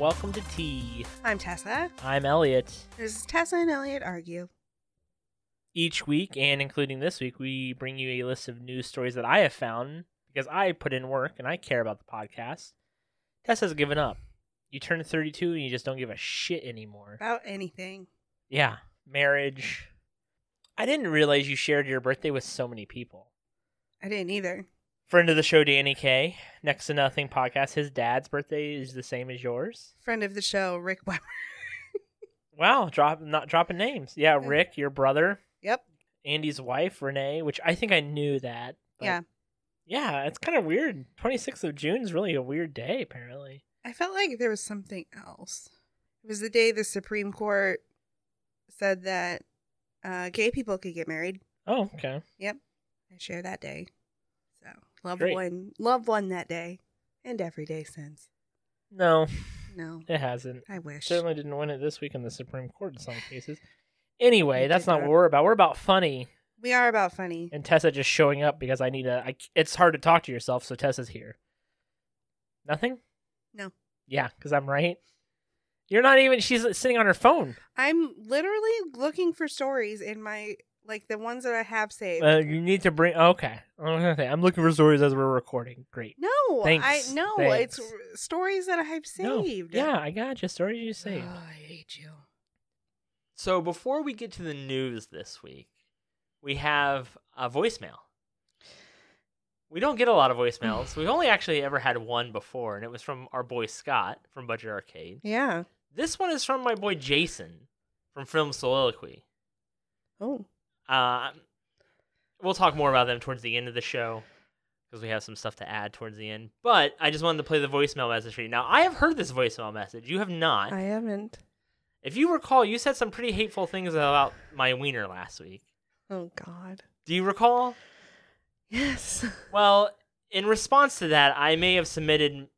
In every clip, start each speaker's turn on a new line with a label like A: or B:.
A: Welcome to Tea.
B: I'm Tessa.
A: I'm Elliot.
B: This is Tessa and Elliot Argue.
A: Each week, and including this week, we bring you a list of news stories that I have found because I put in work and I care about the podcast. Tessa's given up. You turn 32 and you just don't give a shit anymore.
B: About anything.
A: Yeah, marriage. I didn't realize you shared your birthday with so many people.
B: I didn't either.
A: Friend of the show, Danny K, Next to Nothing podcast. His dad's birthday is the same as yours.
B: Friend of the show, Rick Weber.
A: Wow, drop not dropping names. Yeah,
B: Yeah.
A: Rick, your brother.
B: Yep.
A: Andy's wife, Renee, which I think I knew that. but-
B: Yeah.
A: Yeah, it's kind of weird. 26th of June is really a weird day, apparently.
B: I felt like there was something else. It was the day the Supreme Court said that uh, gay people could get married.
A: Oh, okay.
B: I share that day. So love
A: Great.
B: one, love one that day, and every day since.
A: No,
B: No,
A: it hasn't.
B: I wish.
A: Certainly didn't win it this week in the Supreme Court in some cases. Anyway,
B: You
A: that's
B: did
A: not
B: that.
A: what we're about. We're about funny
B: We are about funny.
A: and Tessa just showing up because I need a. I, it's hard to talk to yourself, so Tessa's here. Nothing?
B: No.
A: Yeah, because I'm right. You're not even. She's sitting on her phone.
B: I'm literally looking for stories in my like the ones that I have saved.
A: Uh, you need to bring. Okay, I'm gonna say I'm looking for stories as we're recording. Great.
B: no,
A: Thanks.
B: I no,
A: Thanks.
B: it's r- stories that I've
A: No.
B: saved.
A: Yeah, I got you. Stories you saved.
B: Oh, I hate you.
C: So before we get to the news this week, we have a voicemail. We don't get a lot of voicemails. We've only actually ever had one before, and it was from our boy Scott from Budget Arcade.
B: Yeah.
C: This one is from my boy Jason from Film Soliloquy.
B: Oh.
C: Uh, we'll talk more about them towards the end of the show because we have some stuff to add towards the end. But I just wanted to play the voicemail message for you. Now, I have heard this voicemail message. You have not.
B: I haven't.
C: If you recall, you said some pretty hateful things about my wiener last week.
B: Oh God.
C: Do you recall?
B: Yes.
C: Well, in response to that, I may have submitted,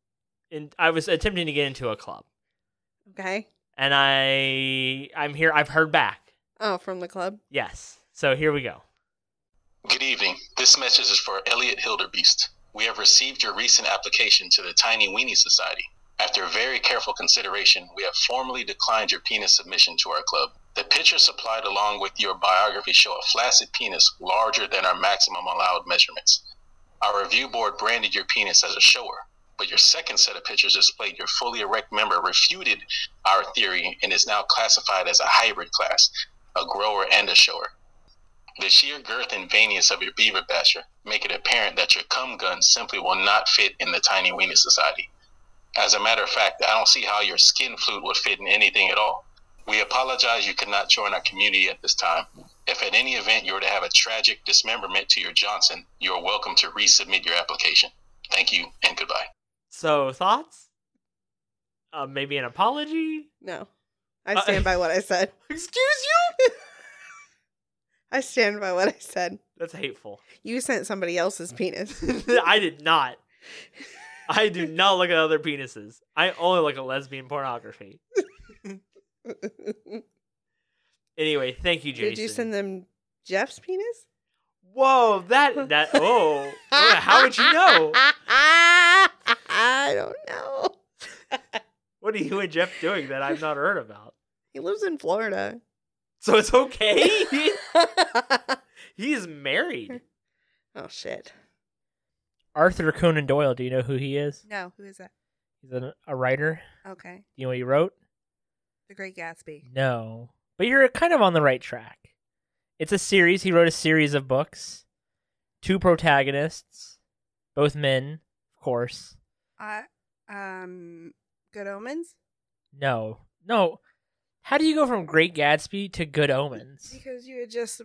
C: and I was attempting to get into a club,
B: Okay.
C: and I I'm here. I've heard back.
B: Oh, from the club.
C: Yes. So here we go.
D: Good evening. This message is for Elliot Hilderbeest. We have received your recent application to the Tiny Weenie Society. After very careful consideration, we have formally declined your penis submission to our club. The picture supplied along with your biography show a flaccid penis larger than our maximum allowed measurements. Our review board branded your penis as a shower, but your second set of pictures displayed your fully erect member refuted our theory and is now classified as a hybrid class, a grower and a shower. The sheer girth and veininess of your beaver basher make it apparent that your cum gun simply will not fit in the tiny weenie society. As a matter of fact, I don't see how your skin flute would fit in anything at all. We apologize you could not join our community at this time. If at any event you were to have a tragic dismemberment to your Johnson, you are welcome to resubmit your application. Thank you and goodbye.
C: So thoughts? Uh, maybe an apology?
B: No. I
C: Uh,
B: stand by what I said.
C: Excuse you?
B: I stand by what I said.
C: That's hateful.
B: You sent somebody else's penis.
C: I did not. I do not look at other penises. I only look at lesbian pornography. Anyway, thank you, Jason.
B: Did you send them Jeff's penis?
C: Whoa, that that oh, how would you know?
B: I don't know.
C: What are you and Jeff doing that I've not heard about?
B: He lives in Florida.
C: So it's okay. he is married.
B: oh shit.
A: Arthur Conan Doyle. Do you know who he is?
B: No, who is that?
A: He's a, a writer.
B: Okay.
A: You know what he wrote?
B: The Great Gatsby.
A: No, but you're kind of on the right track. It's a series. He wrote a series of books. Two protagonists, both men, of course.
B: Uh, um, Good Omens?
A: No, no. How do you go from Great Gatsby to Good Omens?
B: Because you had just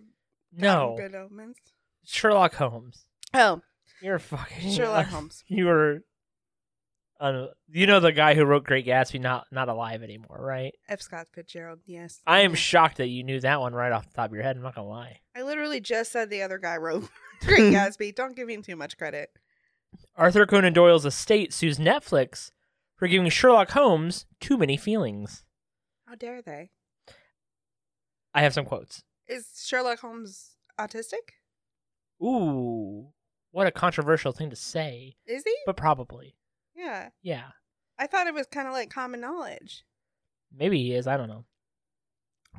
A: No,
B: Good Omens.
A: Sherlock Holmes.
B: Oh,
A: You're a fucking
B: Sherlock Holmes.
A: You were, uh, you know, the guy who wrote Great Gatsby, not not alive anymore, right?
B: F. Scott Fitzgerald. Yes.
A: I am
B: Okay.
A: shocked that you knew that one right off the top of your head. I'm not gonna lie.
B: I literally just said the other guy wrote Great Gatsby. Don't give him too much credit.
A: Arthur Conan Doyle's estate sues Netflix for giving Sherlock Holmes too many feelings.
B: How dare they?
A: I have some quotes.
B: Is Sherlock Holmes autistic?
A: Ooh, what a controversial thing to say,
B: Is he?
A: but probably.
B: Yeah.
A: Yeah.
B: I thought it was kind of like common knowledge.
A: Maybe he is. I don't know.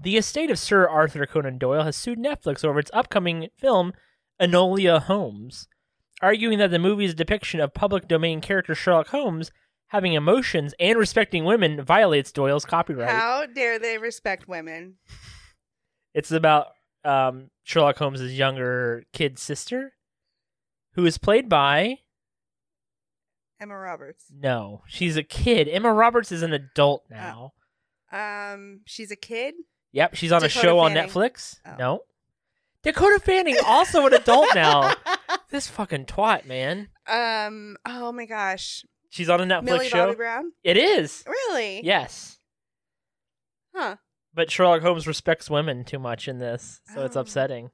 A: The estate of Sir Arthur Conan Doyle has sued Netflix over its upcoming film, Enola Holmes, arguing that the movie's depiction of public domain character Sherlock Holmes having emotions and respecting women violates Doyle's copyright.
B: How dare they respect women?
A: It's about um, Sherlock Holmes' younger kid sister, who is played by.
B: Emma Roberts.
A: No, she's a kid. Emma Roberts is an adult now.
B: Um, she's a kid.
A: Yep, she's on a
B: Dakota
A: show on
B: Fanning.
A: Netflix.
B: Oh.
A: No. Dakota Fanning, also an adult now. This fucking twat, man.
B: um. Oh my gosh.
A: She's on a Netflix
B: Millie
A: show.
B: Bobby Brown.
A: It is.
B: Really?
A: Yes.
B: Huh.
A: But Sherlock Holmes respects women too much in this, so it's
B: Oh.
A: upsetting.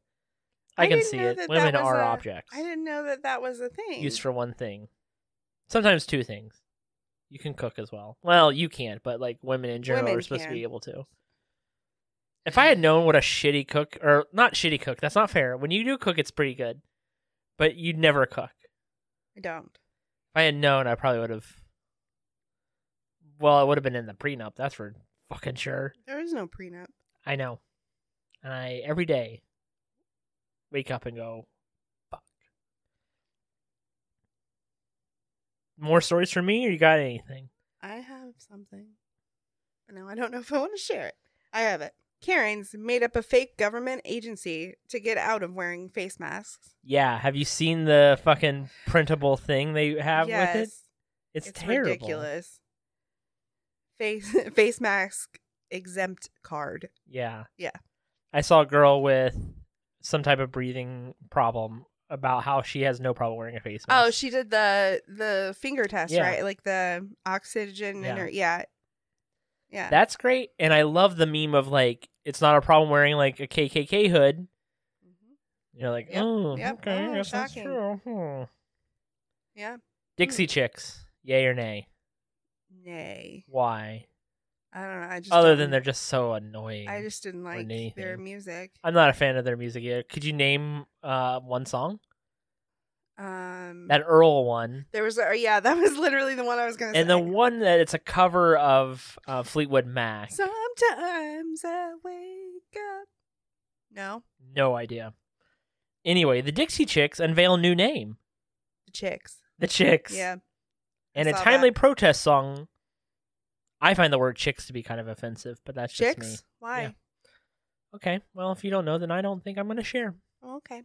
A: I,
B: I
A: can
B: didn't
A: see
B: know
A: it.
B: that that
A: women
B: was
A: are
B: a-
A: objects.
B: I didn't know that that was a thing.
A: used for one thing. Sometimes two things. You can cook as well. Well, you can't, but like women in general
B: Women
A: are supposed to be
B: can.
A: able to. If I had known what a shitty cook or not shitty cook, that's not fair. When you do cook, it's pretty good, but you'd never cook.
B: I don't.
A: If I had known, I probably would have. Well, I would have been in the prenup. That's for fucking sure.
B: There is no prenup.
A: I know, and I every day wake up and go, "Fuck." More stories for me, or you got anything?
B: I have something. But now I don't know if I want to share it. I have it. Karen's made up a fake government agency to get out of wearing face masks.
A: Yeah, have you seen the fucking printable thing they have
B: yes,
A: with it? It's, terrible.
B: ridiculous. Face face mask exempt card.
A: Yeah.
B: Yeah.
A: I saw a girl with some type of breathing problem about how she has no problem wearing a face mask.
B: Oh, she did the the finger test,
A: Yeah.
B: right? Like the oxygen
A: Yeah.
B: in her yeah. Yeah.
A: That's great. And I love the meme of like it's not a problem wearing like a KKK hood.
B: Mhm.
A: You're like,
B: Yep,
A: "Oh,
B: yep,
A: okay, I
B: oh,
A: guess that's
B: shocking." Hmm.
A: true." Hmm.
B: Yeah.
A: Dixie chicks, yay or nay?
B: Nay.
A: Why?
B: I don't know. I just
A: Other
B: don't-
A: than they're just so annoying.
B: I just didn't like their
A: anything.
B: music.
A: I'm not a fan of their music either. Could you name uh, one song?
B: Um
A: That Earl one.
B: There was, a, yeah, that was literally the one I was gonna say.
A: And the one that it's a cover of uh, Fleetwood Mac.
B: Sometimes I wake up. No,
A: No idea. Anyway, the Dixie Chicks unveil new name,
B: the chicks.
A: the Chicks,
B: Yeah,
A: and
B: I
A: a
B: saw
A: timely protest song. I find the word "chicks" to be kind of offensive, but that's just me.
B: chicks. Why?
A: Okay, well, if you don't know, then I don't think I'm going to share.
B: Oh, okay.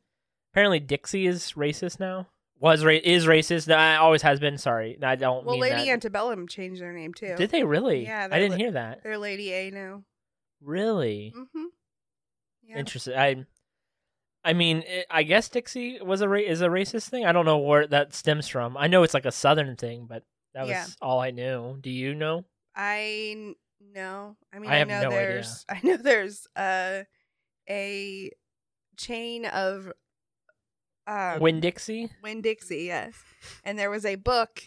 A: Apparently, Dixie is racist now. Was ra- is racist? No, I- always has been. Sorry, No, I don't.
B: Well,
A: mean
B: Lady
A: that.
B: Antebellum changed their name too.
A: Did they really?
B: Yeah,
A: I
B: they're
A: didn't
B: li-
A: hear that.
B: They're Lady A now.
A: Really?
B: Mm-hmm. Yeah.
A: Interesting. I, I mean, i I guess Dixie was a ra- is a racist thing. I don't know where that stems from. I know it's like a Southern thing, but that
B: Yeah.
A: was all I knew. Do you know?
B: I n- know. I mean,
A: I
B: I,
A: have
B: know
A: no idea.
B: there's. I know there's uh, a chain of. Um,
A: Win Dixie
B: Winn Dixie, yes, and there was a book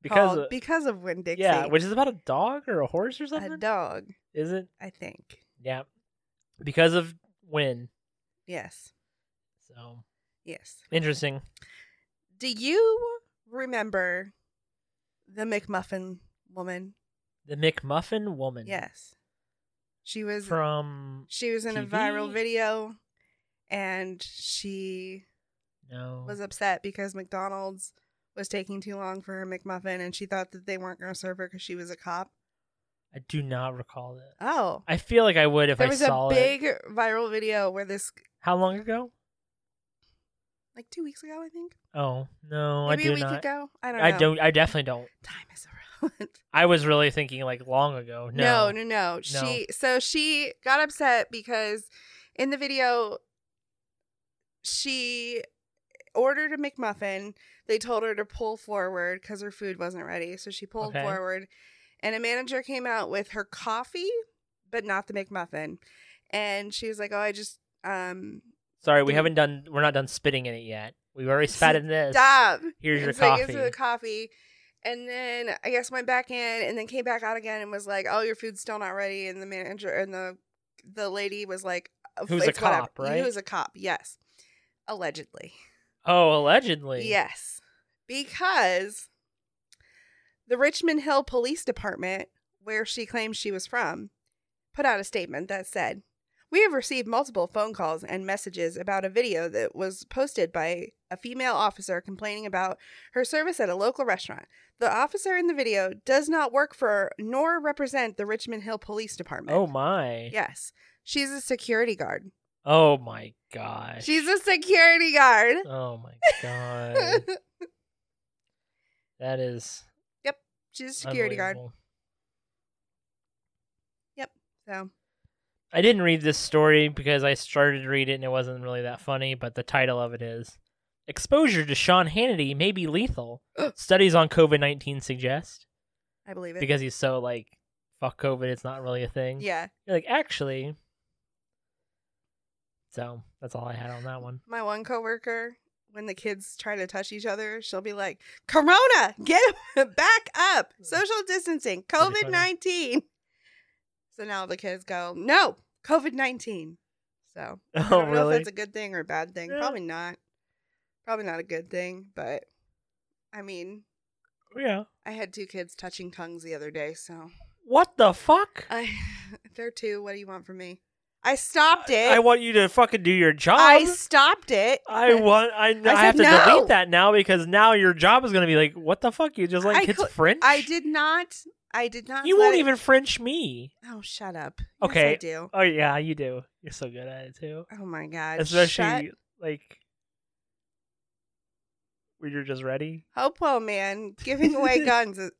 A: because
B: called
A: of-
B: because of Winn Dixie.
A: yeah, which is about a dog or a horse or
B: a
A: something.
B: dog,
A: is it?
B: I think.
A: Yeah, because of Win.
B: Yes.
A: So
B: Yes.
A: interesting.
B: Do you remember the McMuffin woman?
A: The McMuffin woman.
B: Yes. She was
A: From
B: she was in a viral
A: TV?
B: video and she
A: no.
B: was upset because McDonald's was taking too long for her McMuffin and she thought that they weren't going to serve her cuz she was a cop.
A: I do not recall that.
B: Oh.
A: I feel like I would if
B: there
A: I
B: was
A: saw
B: a
A: it.
B: big viral video where this
A: How long ago?
B: like 2 weeks ago I think.
A: Oh no, I
B: Maybe
A: do
B: a week
A: not.
B: ago. I don't know.
A: I don't. I definitely don't.
B: Time is irrelevant.
A: I was really thinking like long ago. No,
B: No, no, no. She so she got upset because in the video she ordered a McMuffin. They told her to pull forward because her food wasn't ready. So she pulled
A: Okay.
B: forward and a manager came out with her coffee, but not the McMuffin. And she was like, Oh, I just um
A: sorry, we
B: Mm.
A: haven't done. We're not done spitting in it yet. We've already spat in this.
B: stop.
A: Here's your
B: And so I gave
A: coffee.
B: her the coffee. And then I guess went back in and then came back out again and was like, "Oh, your food's still not ready." And the manager and the the lady was like,
A: Who's a
B: "It's whatever."
A: cop, right?
B: Who's a cop? Yes, allegedly.
A: Oh, allegedly.
B: Yes, because The Richmond Hill Police Department, where she claims she was from, put out a statement that said, We have received multiple phone calls and messages about a video that was posted by a female officer complaining about her service at a local restaurant. The officer in the video does not work for nor represent the Richmond Hill Police Department.
A: Oh my.
B: Yes. She's a security guard.
A: Oh my gosh.
B: She's a security guard.
A: Oh my god. that is
B: She's a security guard.
A: unbelievable.
B: So
A: I didn't read this story because I started to read it and it wasn't really that funny, but the title of it is Exposure to Sean Hannity may be lethal. Studies on COVID 19 suggest.
B: I believe it.
A: Because he's so like, fuck COVID, it's not really a thing.
B: yeah.
A: You're like, actually. So that's all I had on that one.
B: My one coworker, when the kids try to touch each other, she'll be like, Corona, get back up. Social distancing,
A: That'd be Hmm. funny.
B: COVID 19. So now the kids go, no, COVID 19. So I
A: Oh,
B: don't know if
A: really?
B: that's a good thing or a bad thing.
A: Yeah.
B: Probably not. Probably not a good thing, but I mean,
A: yeah.
B: I had two kids touching tongues the other day, so
A: What the fuck?
B: I they're two. What do you want from me? I stopped it.
A: I want you to fucking do your job.
B: I stopped it.
A: I want. I, I,
B: said
A: have to
B: no.
A: delete that now because now your job is going to be like, what the fuck? You just like
B: I
A: kids
B: cou-
A: French?
B: I did not. I did not.
A: You won't
B: let-
A: even French me.
B: Oh, shut up.
A: Okay.
B: Yes, I do.
A: Oh yeah, you do. You're so good at it too.
B: Oh my god. Shut
A: Especially like when you're just ready.
B: Hopewell man giving away guns uh,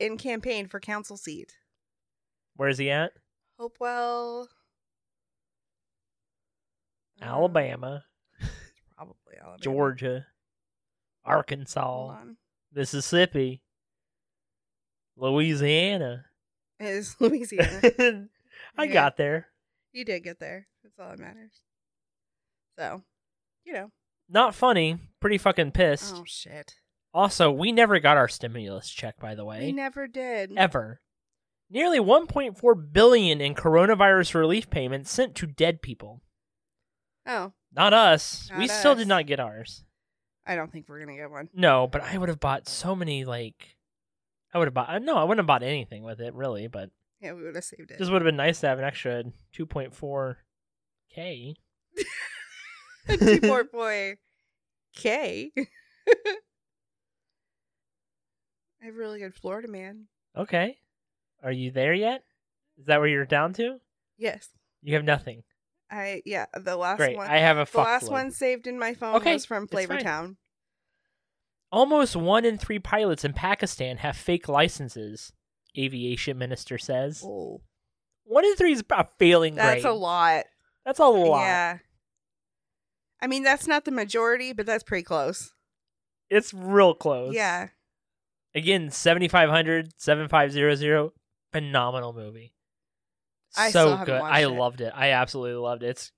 B: in campaign for council seat.
A: Where's he at?
B: Hopewell. Uh,
A: Alabama,
B: Probably Alabama.
A: Georgia,
B: Hold
A: Arkansas,
B: on.
A: Mississippi, Louisiana.
B: It is Louisiana.
A: I
B: Yeah.
A: got there.
B: You did get there. That's all that matters. So, you know.
A: Not funny. Pretty fucking pissed.
B: Oh shit.
A: Also, we never got our stimulus check, by the
B: We
A: way,
B: never did.
A: ever. Nearly 1.4 billion in coronavirus relief payments sent to dead people.
B: Oh,
A: Not us.
B: Not
A: we still
B: us.
A: did not get ours.
B: I don't think we're gonna get one.
A: No, but I would have bought so many. Like, I would have bought. No, I wouldn't have bought anything with it really. But
B: Yeah, we would have saved it.
A: this would have been nice to have an extra 2.4k.
B: Two poor boy K. I have a really good Florida man.
A: Okay, are you there yet? Is that where you're down to?
B: Yes.
A: You have nothing.
B: I yeah, the last
A: Great.
B: one
A: I have a
B: the last
A: fuckload.
B: one saved in my phone
A: Okay,
B: was from
A: it's fine.
B: Flavortown.
A: Almost one in three pilots in Pakistan have fake licenses, aviation minister says.
B: Oh.
A: One in three is a failing grade.
B: That's a lot.
A: That's a lot.
B: Yeah. I mean that's not the majority, but that's pretty close.
A: It's real close.
B: Yeah.
A: Again, 7500, 7500. Phenomenal movie.
B: I
A: so
B: still haven't
A: good.
B: watched
A: I
B: it.
A: loved it. I absolutely loved it. It's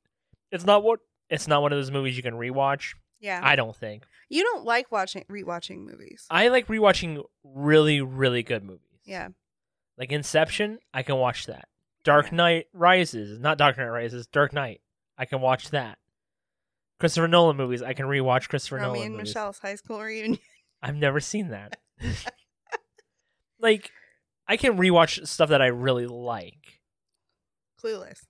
A: it's not what it's not one of those movies you can rewatch.
B: Yeah.
A: I Uh, don't think.
B: you don't like watching rewatching movies.
A: I like rewatching really really good movies.
B: yeah.
A: Like Inception, I can watch that. Dark Knight Rises, not Dark Knight Rises, Dark Knight. I can watch that. Christopher Nolan movies, I can rewatch Christopher
B: Romy
A: Nolan
B: and
A: movies.
B: Michelle's high school reunion.
A: I've never seen that. like, I can rewatch stuff that I really like.
B: Clueless.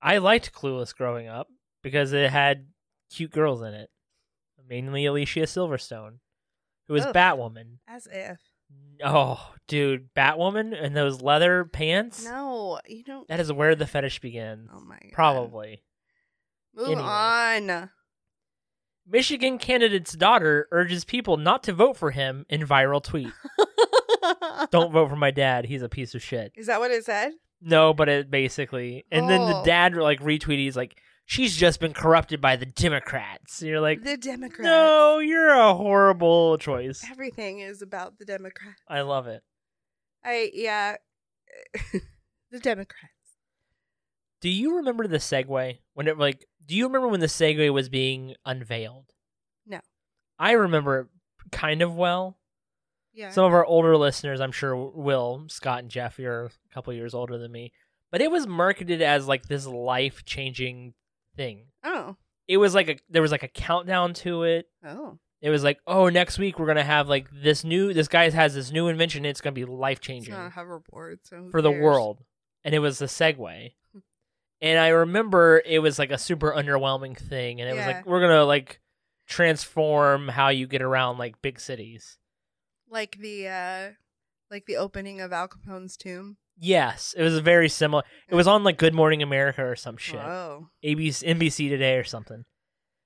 A: I liked Clueless growing up because it had cute girls in it, mainly Alicia Silverstone, who was
B: Ugh.
A: Batwoman.
B: As if.
A: Oh, dude, Batwoman and those leather pants.
B: No, you don't
A: That is where the fetish begins.
B: Oh my god.
A: Probably.
B: Move
A: Anyway.
B: on.
A: Michigan candidate's daughter urges people not to vote for him in viral tweet. Don't vote for my dad. He's a piece of shit.
B: Is that what it said?
A: No, but it basically. And then the
B: Oh.
A: dad like retweeted. He's like, she's just been corrupted by the Democrats. And you're like,
B: the Democrats.
A: no, you're a horrible choice.
B: Everything is about the Democrats.
A: I love it.
B: I yeah. the Democrats.
A: Do you remember the Segway when it like? Do you remember when the Segway was being unveiled?
B: No.
A: I remember it kind of well.
B: Yeah.
A: Some of our older listeners, I'm sure, will. Scott and Jeff, you're a couple years older than me. But it was marketed as like this life changing thing.
B: oh.
A: It was like a there was like a countdown to it.
B: Oh.
A: It was like, oh, next week we're gonna have like this new. This guy has this new invention. It's gonna be life
B: It's
A: changing
B: not a hoverboard, so who
A: for the
B: cares?
A: world, and it was the Segway. And I remember it was like a super underwhelming thing, and it was
B: Yeah.
A: like we're gonna like transform how you get around like big cities.
B: Like the uh like the opening of Al Capone's tomb.
A: Yes, it was very similar. It was on like Good Morning America or some shit.
B: Oh.
A: ABC, NBC Today or something.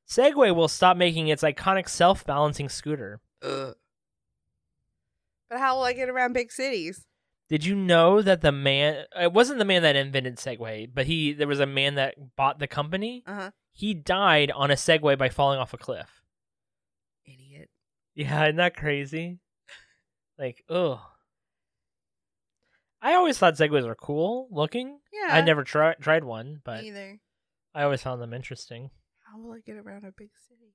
A: Segway will stop making its iconic self balancing scooter.
B: Ugh. But how will I get around big cities?
A: Did you know that the man, it wasn't the man that invented Segway, but he, there was a man that bought the company.
B: Uh-huh.
A: He died on a Segway by falling off a cliff.
B: Idiot.
A: Yeah, isn't that crazy? Like, ugh. I always thought Segways were cool looking.
B: Yeah.
A: I never tri- tried one, but
B: Me either.
A: I always found them interesting.
B: How will I get around a big city?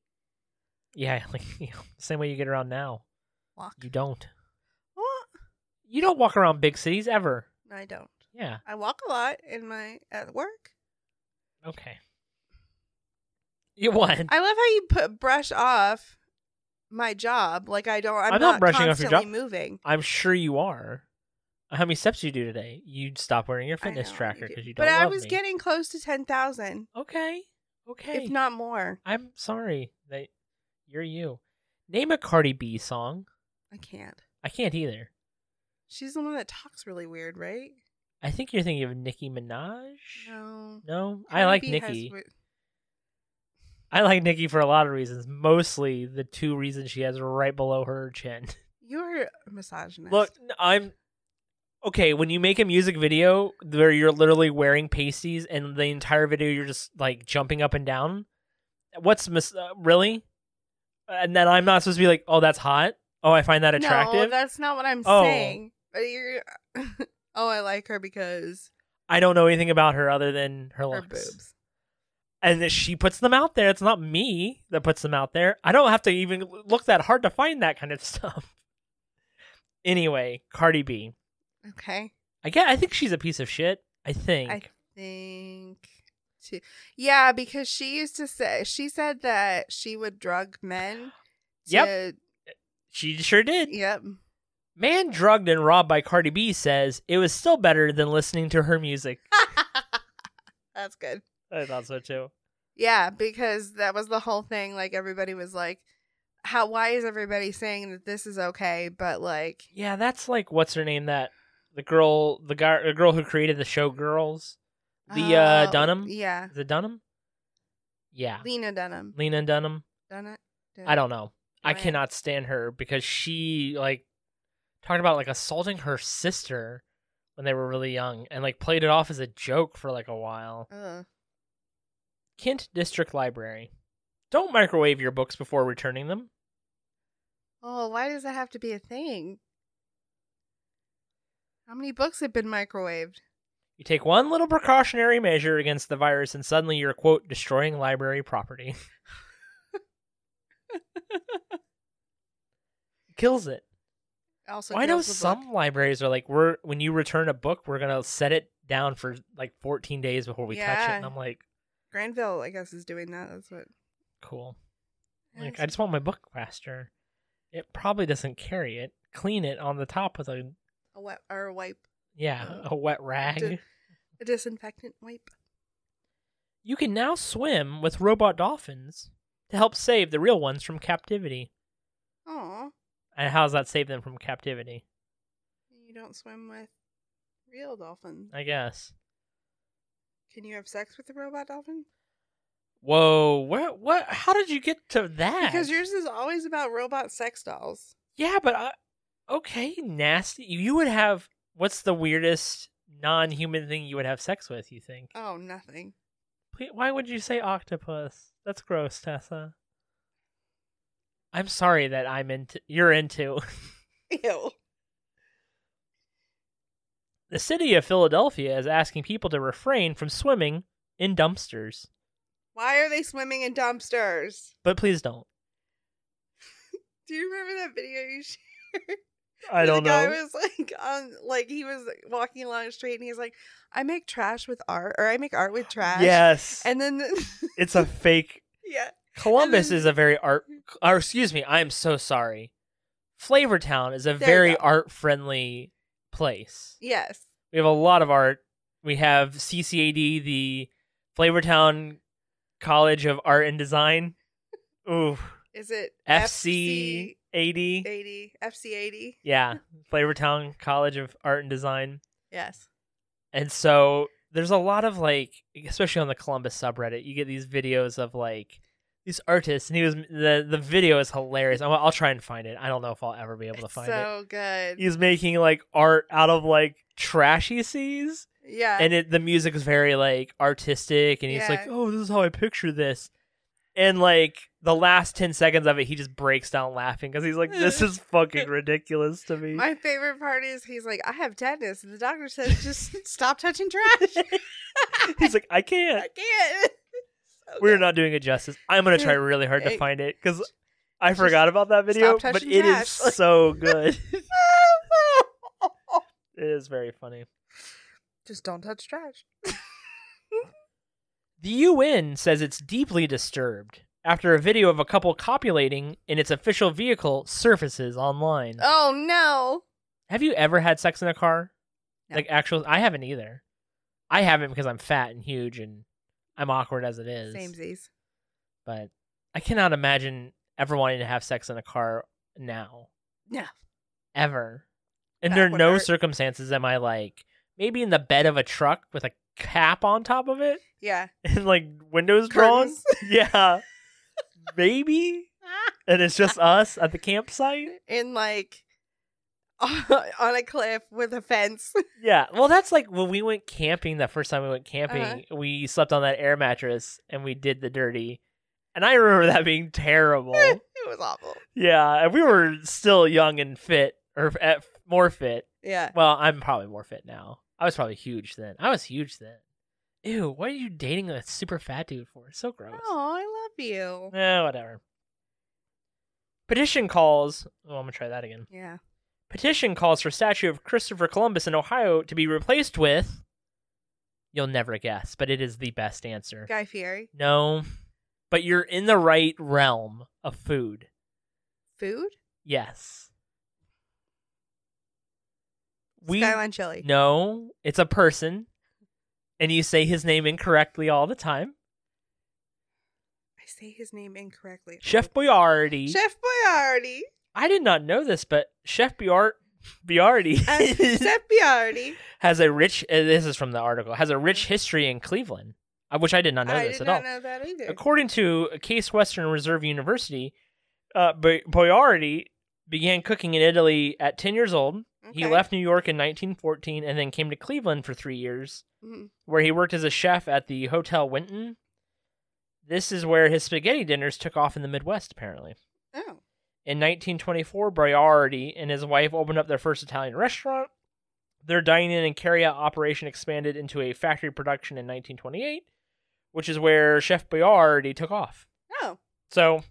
A: Yeah, like, you know, same way you get around now.
B: Walk.
A: You don't.
B: What?
A: You don't walk around big cities ever.
B: No, I don't.
A: Yeah.
B: I walk a lot in my at work.
A: Okay. You what?
B: I love how you put brush off my job. Like I don't. I'm,
A: I'm not brushing off your
B: constantly
A: job.
B: Moving.
A: I'm sure you are. How many steps do you do today? You stop wearing your
B: I
A: fitness
B: know,
A: tracker because you don't.
B: But I
A: love
B: was
A: me.
B: getting close to ten thousand,
A: okay. Okay.
B: if not more.
A: I'm sorry that you're you. Name a Cardi B song.
B: I can't.
A: I can't either.
B: She's the one that talks really weird, right?
A: I think you're thinking of Nicki Minaj.
B: No.
A: No, I
B: Cardi
A: like
B: B has
A: Nicki.
B: weird-
A: I like Nicki for a lot of reasons. Mostly the two reasons she has right below her chin.
B: You're a misogynist.
A: Look, n- I'm okay. When you make a music video where you're literally wearing pasties and the entire video you're just like jumping up and down, what's mis- uh, really? And then I'm not supposed to be like, oh, that's hot. Oh, I find that
B: No,
A: attractive.
B: that's not what I'm
A: Oh.
B: saying. But you're. oh, I like her because
A: I don't know anything about her other than her
B: her
A: looks.
B: boobs.
A: And that she puts them out there. It's not me that puts them out there. I don't have to even look that hard to find that kind of stuff. anyway, Cardi B.
B: Okay.
A: I get. I think she's a piece of shit. I think.
B: I think too. Yeah, because she used to say she said that she would drug men. To,
A: Yep. she sure did.
B: Yep.
A: Man drugged and robbed by Cardi B says it was still better than listening to her music.
B: That's good.
A: I thought so too.
B: Yeah, because that was the whole thing. Like everybody was like, "How? Why is everybody saying that this is okay?" But like,
A: Yeah, that's like what's her name that the girl the guy the girl who created the show Girls, Leah
B: oh,
A: uh, Dunham.
B: Yeah,
A: Is it Dunham? Yeah,
B: Lena Dunham.
A: Lena Dunham.
B: Dunham. Dunham.
A: I don't know. I
B: Joanne.
A: cannot stand her because she like talked about like assaulting her sister when they were really young and like played it off as a joke for like a while.
B: Ugh.
A: Kent District Library. Don't microwave your books before returning them.
B: Oh, why does that have to be a thing? How many books have been microwaved?
A: You take one little precautionary measure against the virus, and suddenly you're, quote, destroying library property. Kills it.
B: Also,
A: Why know
B: kills the book.
A: some libraries are like, we're when you return a book, we're gonna set it down for like 14 days before we touch it.
B: Yeah.
A: And I'm like,
B: Granville, I guess, is doing that. That's what.
A: cool. Like, I just want my book faster. It probably doesn't carry it. Clean it on the top with a
B: a wet or a wipe,
A: yeah,
B: Uh,
A: a wet rag.
B: d- a disinfectant wipe.
A: You can now swim with robot dolphins to help save the real ones from captivity.
B: Oh,
A: And how's that save them from captivity?
B: you don't swim with real dolphins.
A: I guess.
B: Can you have sex with a robot dolphin?
A: Whoa, what what how did you get to that?
B: Because yours is always about robot sex dolls.
A: Yeah, but I, okay, nasty. You would have what's the weirdest non-human thing you would have sex with, you think?
B: Oh, nothing.
A: Wait, Why would you say octopus? That's gross, Tessa. I'm sorry that I'm into you're into.
B: Ew.
A: The city of Philadelphia is asking people to refrain from swimming in dumpsters.
B: Why are they swimming in dumpsters?
A: But please don't.
B: Do you remember that video you shared?
A: I don't
B: the guy
A: know.
B: was like on like he was walking along the street and he's like, I make trash with art or I make art with trash.
A: Yes.
B: And then the-
A: it's a fake
B: yeah.
A: Columbus
B: then-
A: is a very art. Or excuse me, I am so sorry. Flavortown is a
B: There you
A: very
B: go.
A: art friendly place.
B: Yes.
A: We have a lot of art. We have CCAD, the Flavortown College of Art and Design. Ooh,
B: Is it
A: FCAD.
B: eighty? FC eighty?
A: Yeah, Flavortown College of Art and Design.
B: Yes.
A: And so there's a lot of like, especially on the Columbus subreddit, you get these videos of like these artists, and he was the the video is hilarious. I'll, I'll try and find it. I don't know if I'll ever be able to find
B: so
A: it.
B: good.
A: He's making like art out of like trash he sees,
B: yeah.
A: and it the music is very like artistic, and he's like,
B: Yeah.
A: oh, this is how I picture this. And like the last ten seconds of it, he just breaks down laughing because he's like, "This is fucking ridiculous to me."
B: my favorite part is he's like, I have tetanus. And the doctor says, just stop touching trash.
A: He's like, "I
B: I
A: can't."
B: can't. So
A: We're
B: good.
A: not doing it justice. I'm gonna try really hard to
B: Hey,
A: find it because I
B: just
A: forgot about that video,
B: stop
A: but
B: touching
A: it is
B: trash.
A: so good. it is very funny.
B: just don't touch trash.
A: The UN says it's deeply disturbed after a video of a couple copulating in its official vehicle surfaces online.
B: Oh no.
A: Have you ever had sex in a car?
B: No.
A: Like actual? I haven't either. I haven't because I'm fat and huge and I'm awkward as it is.
B: Samesies.
A: But I cannot imagine ever wanting to have sex in a car now.
B: No.
A: ever. And
B: That
A: there are
B: would
A: no
B: hurt.
A: circumstances am I like maybe in the bed of a truck with a cap on top of it
B: Yeah.
A: and like windows
B: Curtains.
A: drawn. Yeah. maybe. And it's just us at the campsite.
B: In like on a cliff with a fence.
A: Yeah. Well, that's like when we went camping the first time we went camping,
B: Uh-huh.
A: we slept on that air mattress and we did the dirty. And I remember that being terrible.
B: It was awful.
A: yeah. And we were still young and fit or at, more fit.
B: Yeah.
A: Well, I'm probably more fit now. I was probably huge then. I was huge then. Ew, what are you dating a super fat dude for? It's so gross.
B: Oh, I love you.
A: Eh, whatever. Petition calls. Oh, I'm gonna try that again.
B: Yeah.
A: Petition calls for statue of Christopher Columbus in Ohio to be replaced with. You'll never guess, but it is the best answer.
B: Guy Fieri.
A: No, but you're in the right realm of food.
B: Food?
A: Yes. We
B: Skyline chili.
A: No, it's a person, and you say his name incorrectly all the time.
B: I say his name incorrectly.
A: Chef Boyardi.
B: Chef Boyardi.
A: I did not know this, but Chef Boyard Boyardi
B: Uh, Chef Boyardi.
A: has a rich. Uh, this is from the article. Has a rich history in Cleveland, uh, which I did not know
B: I
A: this
B: did
A: at
B: not
A: all.
B: know that either.
A: According to Case Western Reserve University, uh, Boy- Boyardi began cooking in Italy at 10 years old. He
B: Okay.
A: left New York in 1914 and then came to Cleveland for three years.
B: Mhm.
A: where he worked as a chef at the Hotel Winton. This is where his spaghetti dinners took off in the Midwest, apparently.
B: Oh.
A: In 1924, Boyardi and his wife opened up their first Italian restaurant. Their dine in and carry out operation expanded into a factory production in 1928, which is where Chef Boyardi took off.
B: Oh.
A: So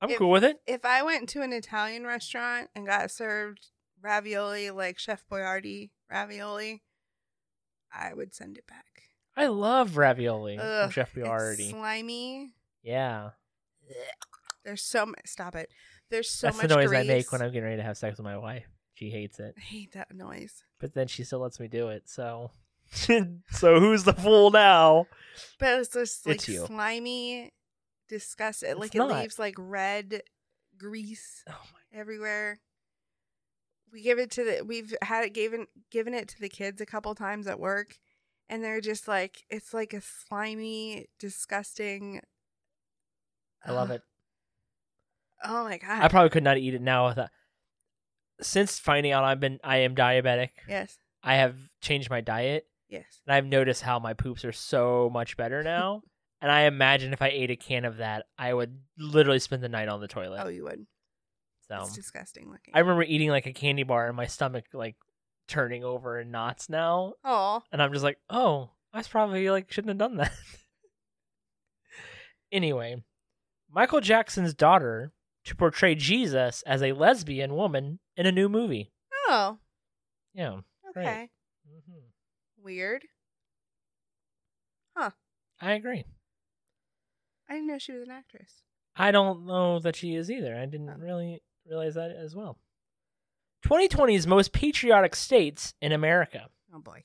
A: I'm
B: If-
A: cool with it.
B: If I went to an Italian restaurant and got served ravioli like Chef Boyardi ravioli, I would send it back.
A: I love ravioli from
B: Ugh,
A: Chef
B: It's
A: Boyardi.
B: slimy.
A: yeah.
B: There's so much. Stop it. There's so
A: That's the
B: much.
A: noise
B: grease.
A: I make when I'm getting ready to have sex with my wife. She hates it.
B: I hate that noise.
A: but then she still lets me do it. So, so who's the fool now?
B: But it's just like
A: It's you.
B: slimy, disgusting.
A: It's
B: like
A: not.
B: it leaves like red grease
A: Oh my!
B: everywhere. We give it to the we've had it given given it to the kids a couple times at work and they're just like it's like a slimy, disgusting
A: I love
B: Ugh.
A: it.
B: Oh my god.
A: I probably could not eat it now. Without... Since finding out I've been, I am diabetic.
B: yes.
A: I have changed my diet,
B: Yes.
A: and I've noticed how my poops are so much better now. and I imagine if I ate a can of that, I would literally spend the night on the toilet.
B: Oh, you would.
A: so
B: It's disgusting looking.
A: I remember eating like a candy bar, and my stomach like turning over in knots now.
B: Oh,
A: And I'm just like, oh, I was probably like shouldn't have done that. anyway, Michael Jackson's daughter to portray Jesus as a lesbian woman in a new movie.
B: oh,
A: Yeah.
B: okay.
A: Great. hmm
B: Weird.
A: I agree.
B: I didn't know she was an actress.
A: I don't know that she is either. I didn't really realize that as well. 2020's most patriotic states in America.
B: Oh boy.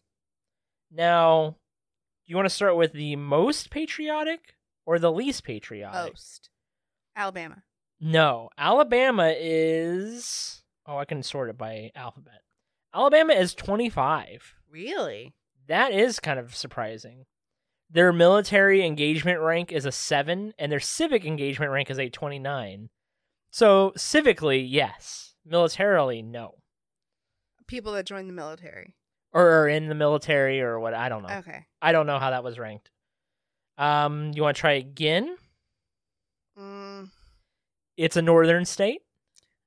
A: Now, you want to start with the most patriotic or the least patriotic?
B: Host. Alabama.
A: No, Alabama is. Oh, I can sort it by alphabet. Alabama is 25.
B: Really?
A: That is kind of surprising. Their military engagement rank is a 7, and their civic engagement rank is a 29. So, civically, yes. Militarily, no.
B: People that join the military.
A: Or are in the military or what. I don't know.
B: Okay.
A: I don't know how that was ranked. Um, you want to try again?
B: Mm,
A: It's a northern state.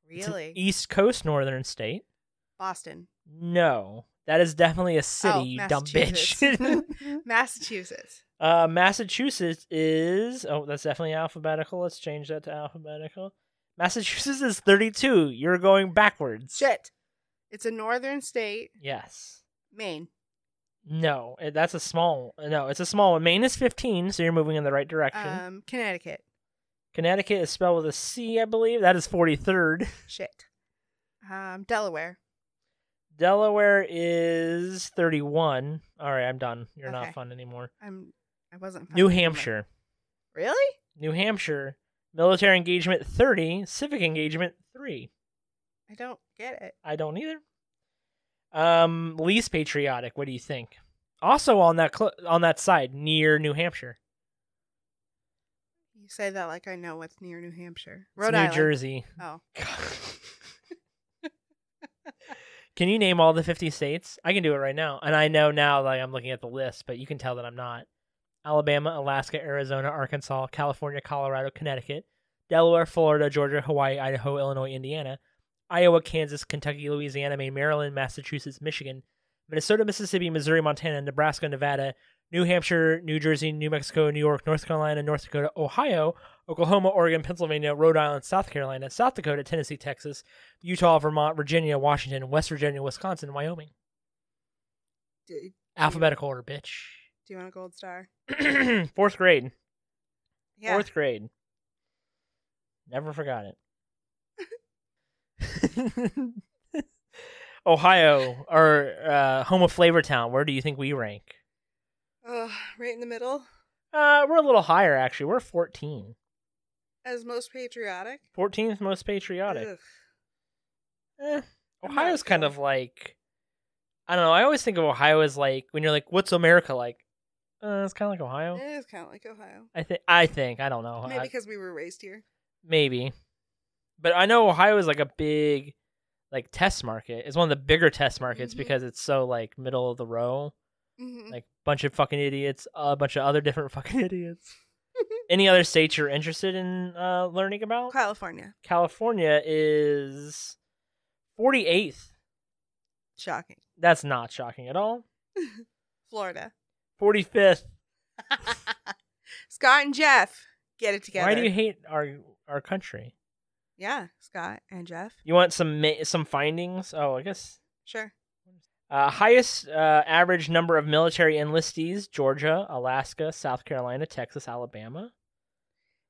A: It's an
B: really?
A: East Coast northern state.
B: Boston.
A: No, that is definitely a
B: Oh,
A: city, you dumb bitch.
B: Massachusetts. Massachusetts.
A: uh, Massachusetts is. Oh, that's definitely alphabetical. Let's change that to alphabetical. Massachusetts is 32. You're going backwards.
B: Shit. It's a northern state.
A: Yes.
B: Maine.
A: No, it- that's a small. No, it's a small one. Maine is 15, so you're moving in the right direction.
B: Um, Connecticut.
A: Connecticut is spelled with a C, I believe. That is 43rd.
B: Shit. Um, Delaware.
A: Delaware is 31. All right, I'm done. You're
B: Okay.
A: not fun anymore.
B: I'm. I wasn't.
A: New
B: fucking-
A: Hampshire.
B: Really?
A: New Hampshire, military engagement 30, civic engagement 3.
B: I don't get it.
A: I don't either. Um least patriotic, what do you think? Also on that cl- on that side near New Hampshire.
B: You say that like I know what's near New Hampshire.
A: It's
B: Rhode
A: New
B: Island.
A: Jersey.
B: Oh,
A: can you name all the 50 states? I can do it right now. And I know now like I'm looking at the list, but you can tell that I'm not. Alabama, Alaska, Arizona, Arkansas, California, Colorado, Connecticut, Delaware, Florida, Georgia, Hawaii, Idaho, Illinois, Indiana, Iowa, Kansas, Kentucky, Louisiana, Maine, Maryland, Massachusetts, Michigan, Minnesota, Mississippi, Missouri, Montana, Nebraska, Nevada, New Hampshire, New Jersey, New Mexico, New York, North Carolina, North Dakota, Ohio, Oklahoma, Oregon, Pennsylvania, Rhode Island, South Carolina, South Dakota, Tennessee, Texas, Utah, Vermont, Virginia, Washington, West Virginia, Wisconsin, Wyoming.
B: do, do
A: Alphabetical order, bitch.
B: you want a gold star?
A: Fourth grade.
B: Yeah.
A: Fourth grade. Never forgot it. Ohio or uh, home of Flavortown. Where do you think we rank?
B: Ugh, right in the middle.
A: Uh, we're a little higher actually. We're 14.
B: As most patriotic.
A: 14th most patriotic.
B: Ugh.
A: Eh,
B: I'm
A: Ohio's
B: not-
A: kind of like I don't know. I always think of Ohio as like when you're like, "What's America like?" Uh, it's kind of like Ohio.
B: It is kind of like Ohio.
A: I think. I think. I don't know.
B: Eh. Maybe
A: I-
B: because we were raised here.
A: maybe. But I know Ohio is like a big, like test market. It's one of the bigger test markets
B: Mhm.
A: because it's so like middle of the row,
B: Mhm.
A: like bunch of fucking idiots, a bunch of other different fucking idiots. Any other states you're interested in uh, learning about?
B: California.
A: California is 48th.
B: Shocking.
A: That's not shocking at all.
B: Florida.
A: 45th.
B: Scott and Jeff. Get it together.
A: Why do you hate our our country?
B: Yeah, Scott and Jeff.
A: You want some ma- some findings? Oh, I guess
B: Sure.
A: Uh, highest uh, average number of military enlistees: Georgia, Alaska, South Carolina, Texas, Alabama.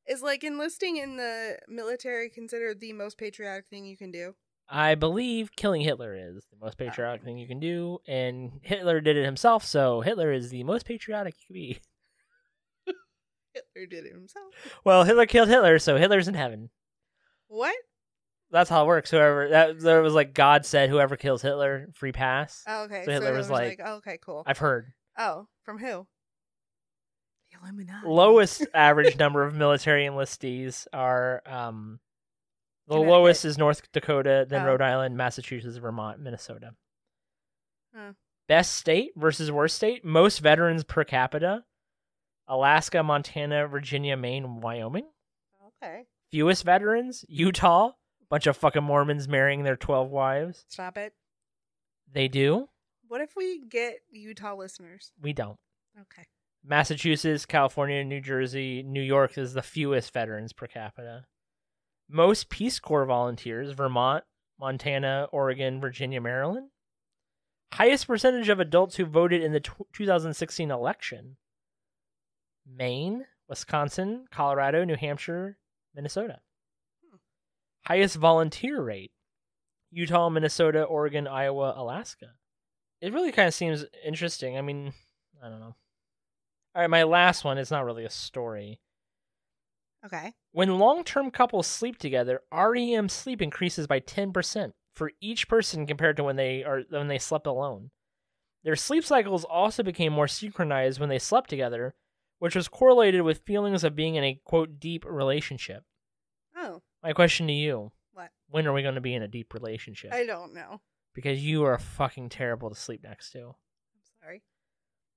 B: Is like enlisting in the military considered the most patriotic thing you can do?
A: I believe killing Hitler is the most patriotic thing you can do, and Hitler did it himself, so Hitler is the most patriotic you can be.
B: Hitler did it himself.
A: Well, Hitler killed Hitler, so Hitler's in heaven.
B: What?
A: That's how it works. Whoever that there was like God said, whoever kills Hitler, free pass.
B: Oh, okay.
A: So Hitler was like-
B: oh, okay, cool.
A: I've heard
B: oh, from who? The Illuminati.
A: lowest average number of military enlistees are um, the
B: Connecticut.
A: lowest is North Dakota, then
B: Oh.
A: Rhode Island, Massachusetts, Vermont, Minnesota.
B: Huh.
A: Best state versus worst state, most veterans per capita. Alaska, Montana, Virginia, Maine, Wyoming.
B: Okay.
A: Fewest veterans, Utah. Bunch of fucking Mormons marrying their 12 wives.
B: Stop it.
A: They do.
B: What if we get Utah listeners?
A: We don't.
B: Okay.
A: Massachusetts, California, New Jersey, New York is the fewest veterans per capita. Most Peace Corps volunteers, Vermont, Montana, Oregon, Virginia, Maryland. Highest percentage of adults who voted in the tw 2016 election. Maine, Wisconsin, Colorado, New Hampshire, Minnesota. Highest volunteer rate Utah, Minnesota, Oregon, Iowa, Alaska. It really kind of seems interesting. I mean, I don't know. All right, my last one is not really a story.
B: Okay.
A: When long term couples sleep together, REM sleep increases by 10% for each person compared to when they are when they slept alone. Their sleep cycles also became more synchronized when they slept together, which was correlated with feelings of being in a quote deep relationship.
B: Oh,
A: My question to you
B: What?
A: When are we going to be in a deep relationship?
B: I don't know.
A: because you are fucking terrible to sleep next to.
B: I'm sorry.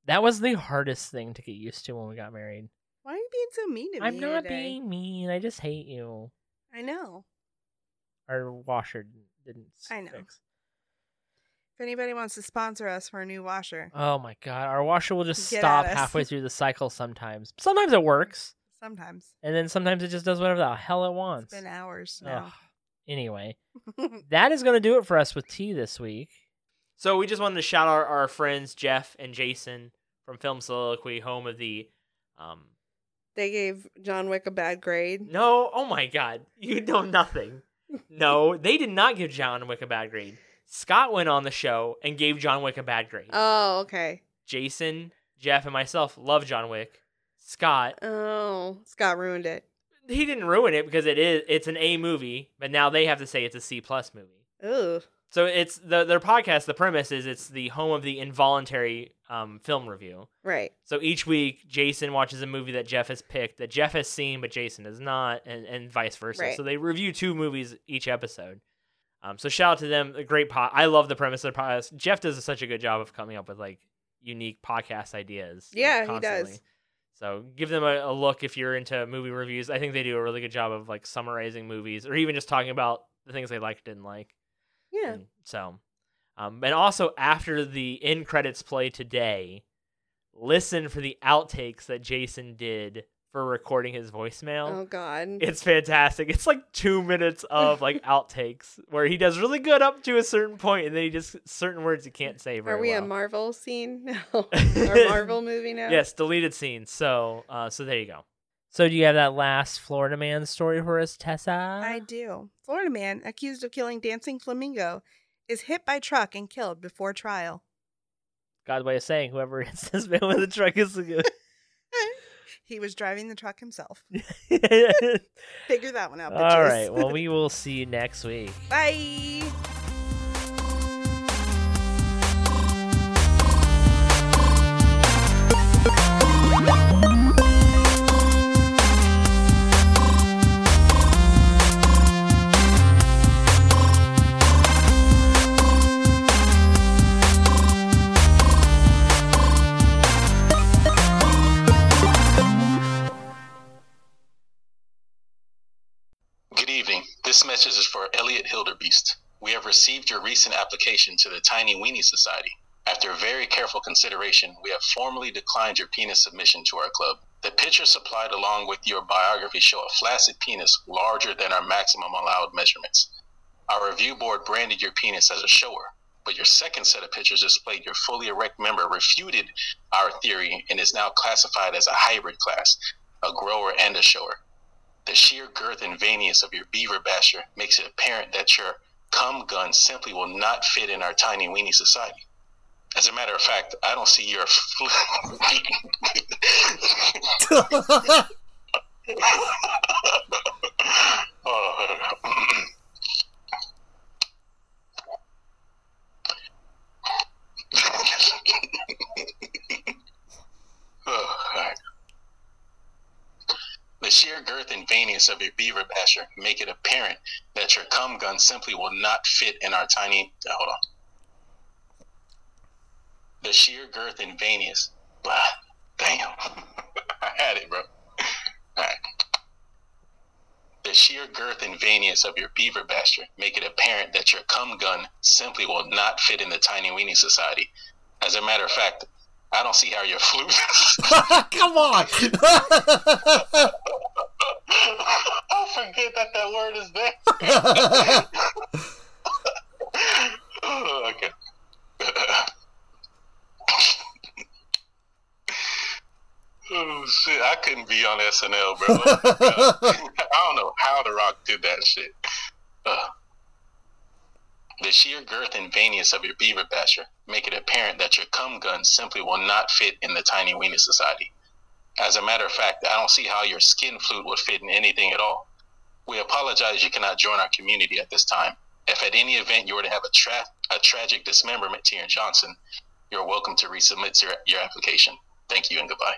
A: That was the hardest thing to get used to when we got married.
B: Why are you being so mean eh? to me?
A: I'm not
B: today?
A: being mean. I just hate you.
B: I know.
A: Our washer didn't- didn't. s-
B: I know.
A: fix.
B: If anybody wants to sponsor us for a new washer,
A: Oh my god, our washer will just
B: Get
A: stop
B: at us.
A: halfway through the cycle. Sometimes, sometimes it works,
B: sometimes
A: and then sometimes it just does whatever the hell it
B: it's
A: wants.
B: been hours now.
A: Ugh. Anyway, that is going to do it for us with tea this week.
C: So we just wanted to shout out our friends Jeff and Jason from Film Soliloquy, home of the. Um,
B: they gave John Wick a bad grade.
C: no, oh my God, you know nothing. No, they did not give John Wick a bad grade. Scott went on the show and gave John Wick a bad grade.
B: Oh, okay.
C: Jason, Jeff, and myself love John Wick. Scott,
B: Oh, Scott ruined it.
C: he didn't ruin it because it is it's an A movie, but now they have to say it's a C plus movie.
B: Ooh.
C: So it's the their podcast. The premise is it's the home of the involuntary um, film review.
B: Right.
C: So each week, Jason watches a movie that Jeff has picked that Jeff has seen, but Jason has not, and, and vice versa.
B: Right.
C: So they review two movies each episode. Um, so shout out to them. A great pod. I love the premise of the podcast. Jeff does such a good job of coming up with like unique podcast ideas. like,
B: Yeah, he does.
C: constantly. So give them a, a look if you're into movie reviews. I think they do a really good job of like summarizing movies or even just talking about the things they liked and didn't like.
B: Yeah.
C: And Mm, so, um, and also after the end credits play today, listen for the outtakes that Jason did for recording his voicemail.
B: Oh God.
C: It's fantastic. It's like two minutes of like outtakes where he does really good up to a certain point, and then he just certain words he can't say very
B: Are we
C: well.
B: a Marvel scene now? Our Marvel movie now?
C: yes, deleted scenes. So, uh, so there you go.
A: So, do you have that last Florida man story for us, Tessa?
B: I do. Florida man accused of killing dancing flamingo is hit by truck and killed before trial.
A: God's way of saying whoever hits this man with a truck is the good.
B: He was driving the truck himself.
A: All
B: Figure that one out. bitches.
A: right. Well, we will see you next week.
B: Bye.
D: Good evening. This message is for Elliot Hilderbeest. We have received your recent application to the Tiny Weenie Society. After very careful consideration, we have formally declined your penis submission to our club. The pictures supplied along with your biography show a flaccid penis larger than our maximum allowed measurements. Our review board branded your penis as a shower, but your second set of pictures displayed your fully erect member refuted our theory and is now classified as a hybrid class, a grower and a shower. The sheer girth and veininess of your beaver basher makes it apparent that your cum gun simply will not fit in our tiny weenie society. As a matter of fact, I don't see your. Fl- Oh, Oh, all right. The sheer girth and veininess of your beaver basher make it apparent that your cum gun simply will not fit in our tiny. uh, Hold on. The sheer girth and veininess. Blah. Damn. I had it, bro. Alright. The sheer girth and veininess of your beaver basher make it apparent that your cum gun simply will not fit in the tiny weenie society. As a matter of fact, I don't see how your flute.
E: Come on.
D: I forget that that word is there. okay. oh shit! I couldn't be be on SNL, bro. I don't know how The Rock did that shit. Ugh. The sheer girth and veininess of your beaver basher make it apparent that your cum gun simply will not fit in the tiny weenie society. As a matter of fact, I don't see how your skin flute would fit in anything at all. We apologize you cannot join our community at this time. If at any event you were to have a, tra- a tragic dismemberment to your Johnson, you're welcome to resubmit your, your application. Thank you and goodbye.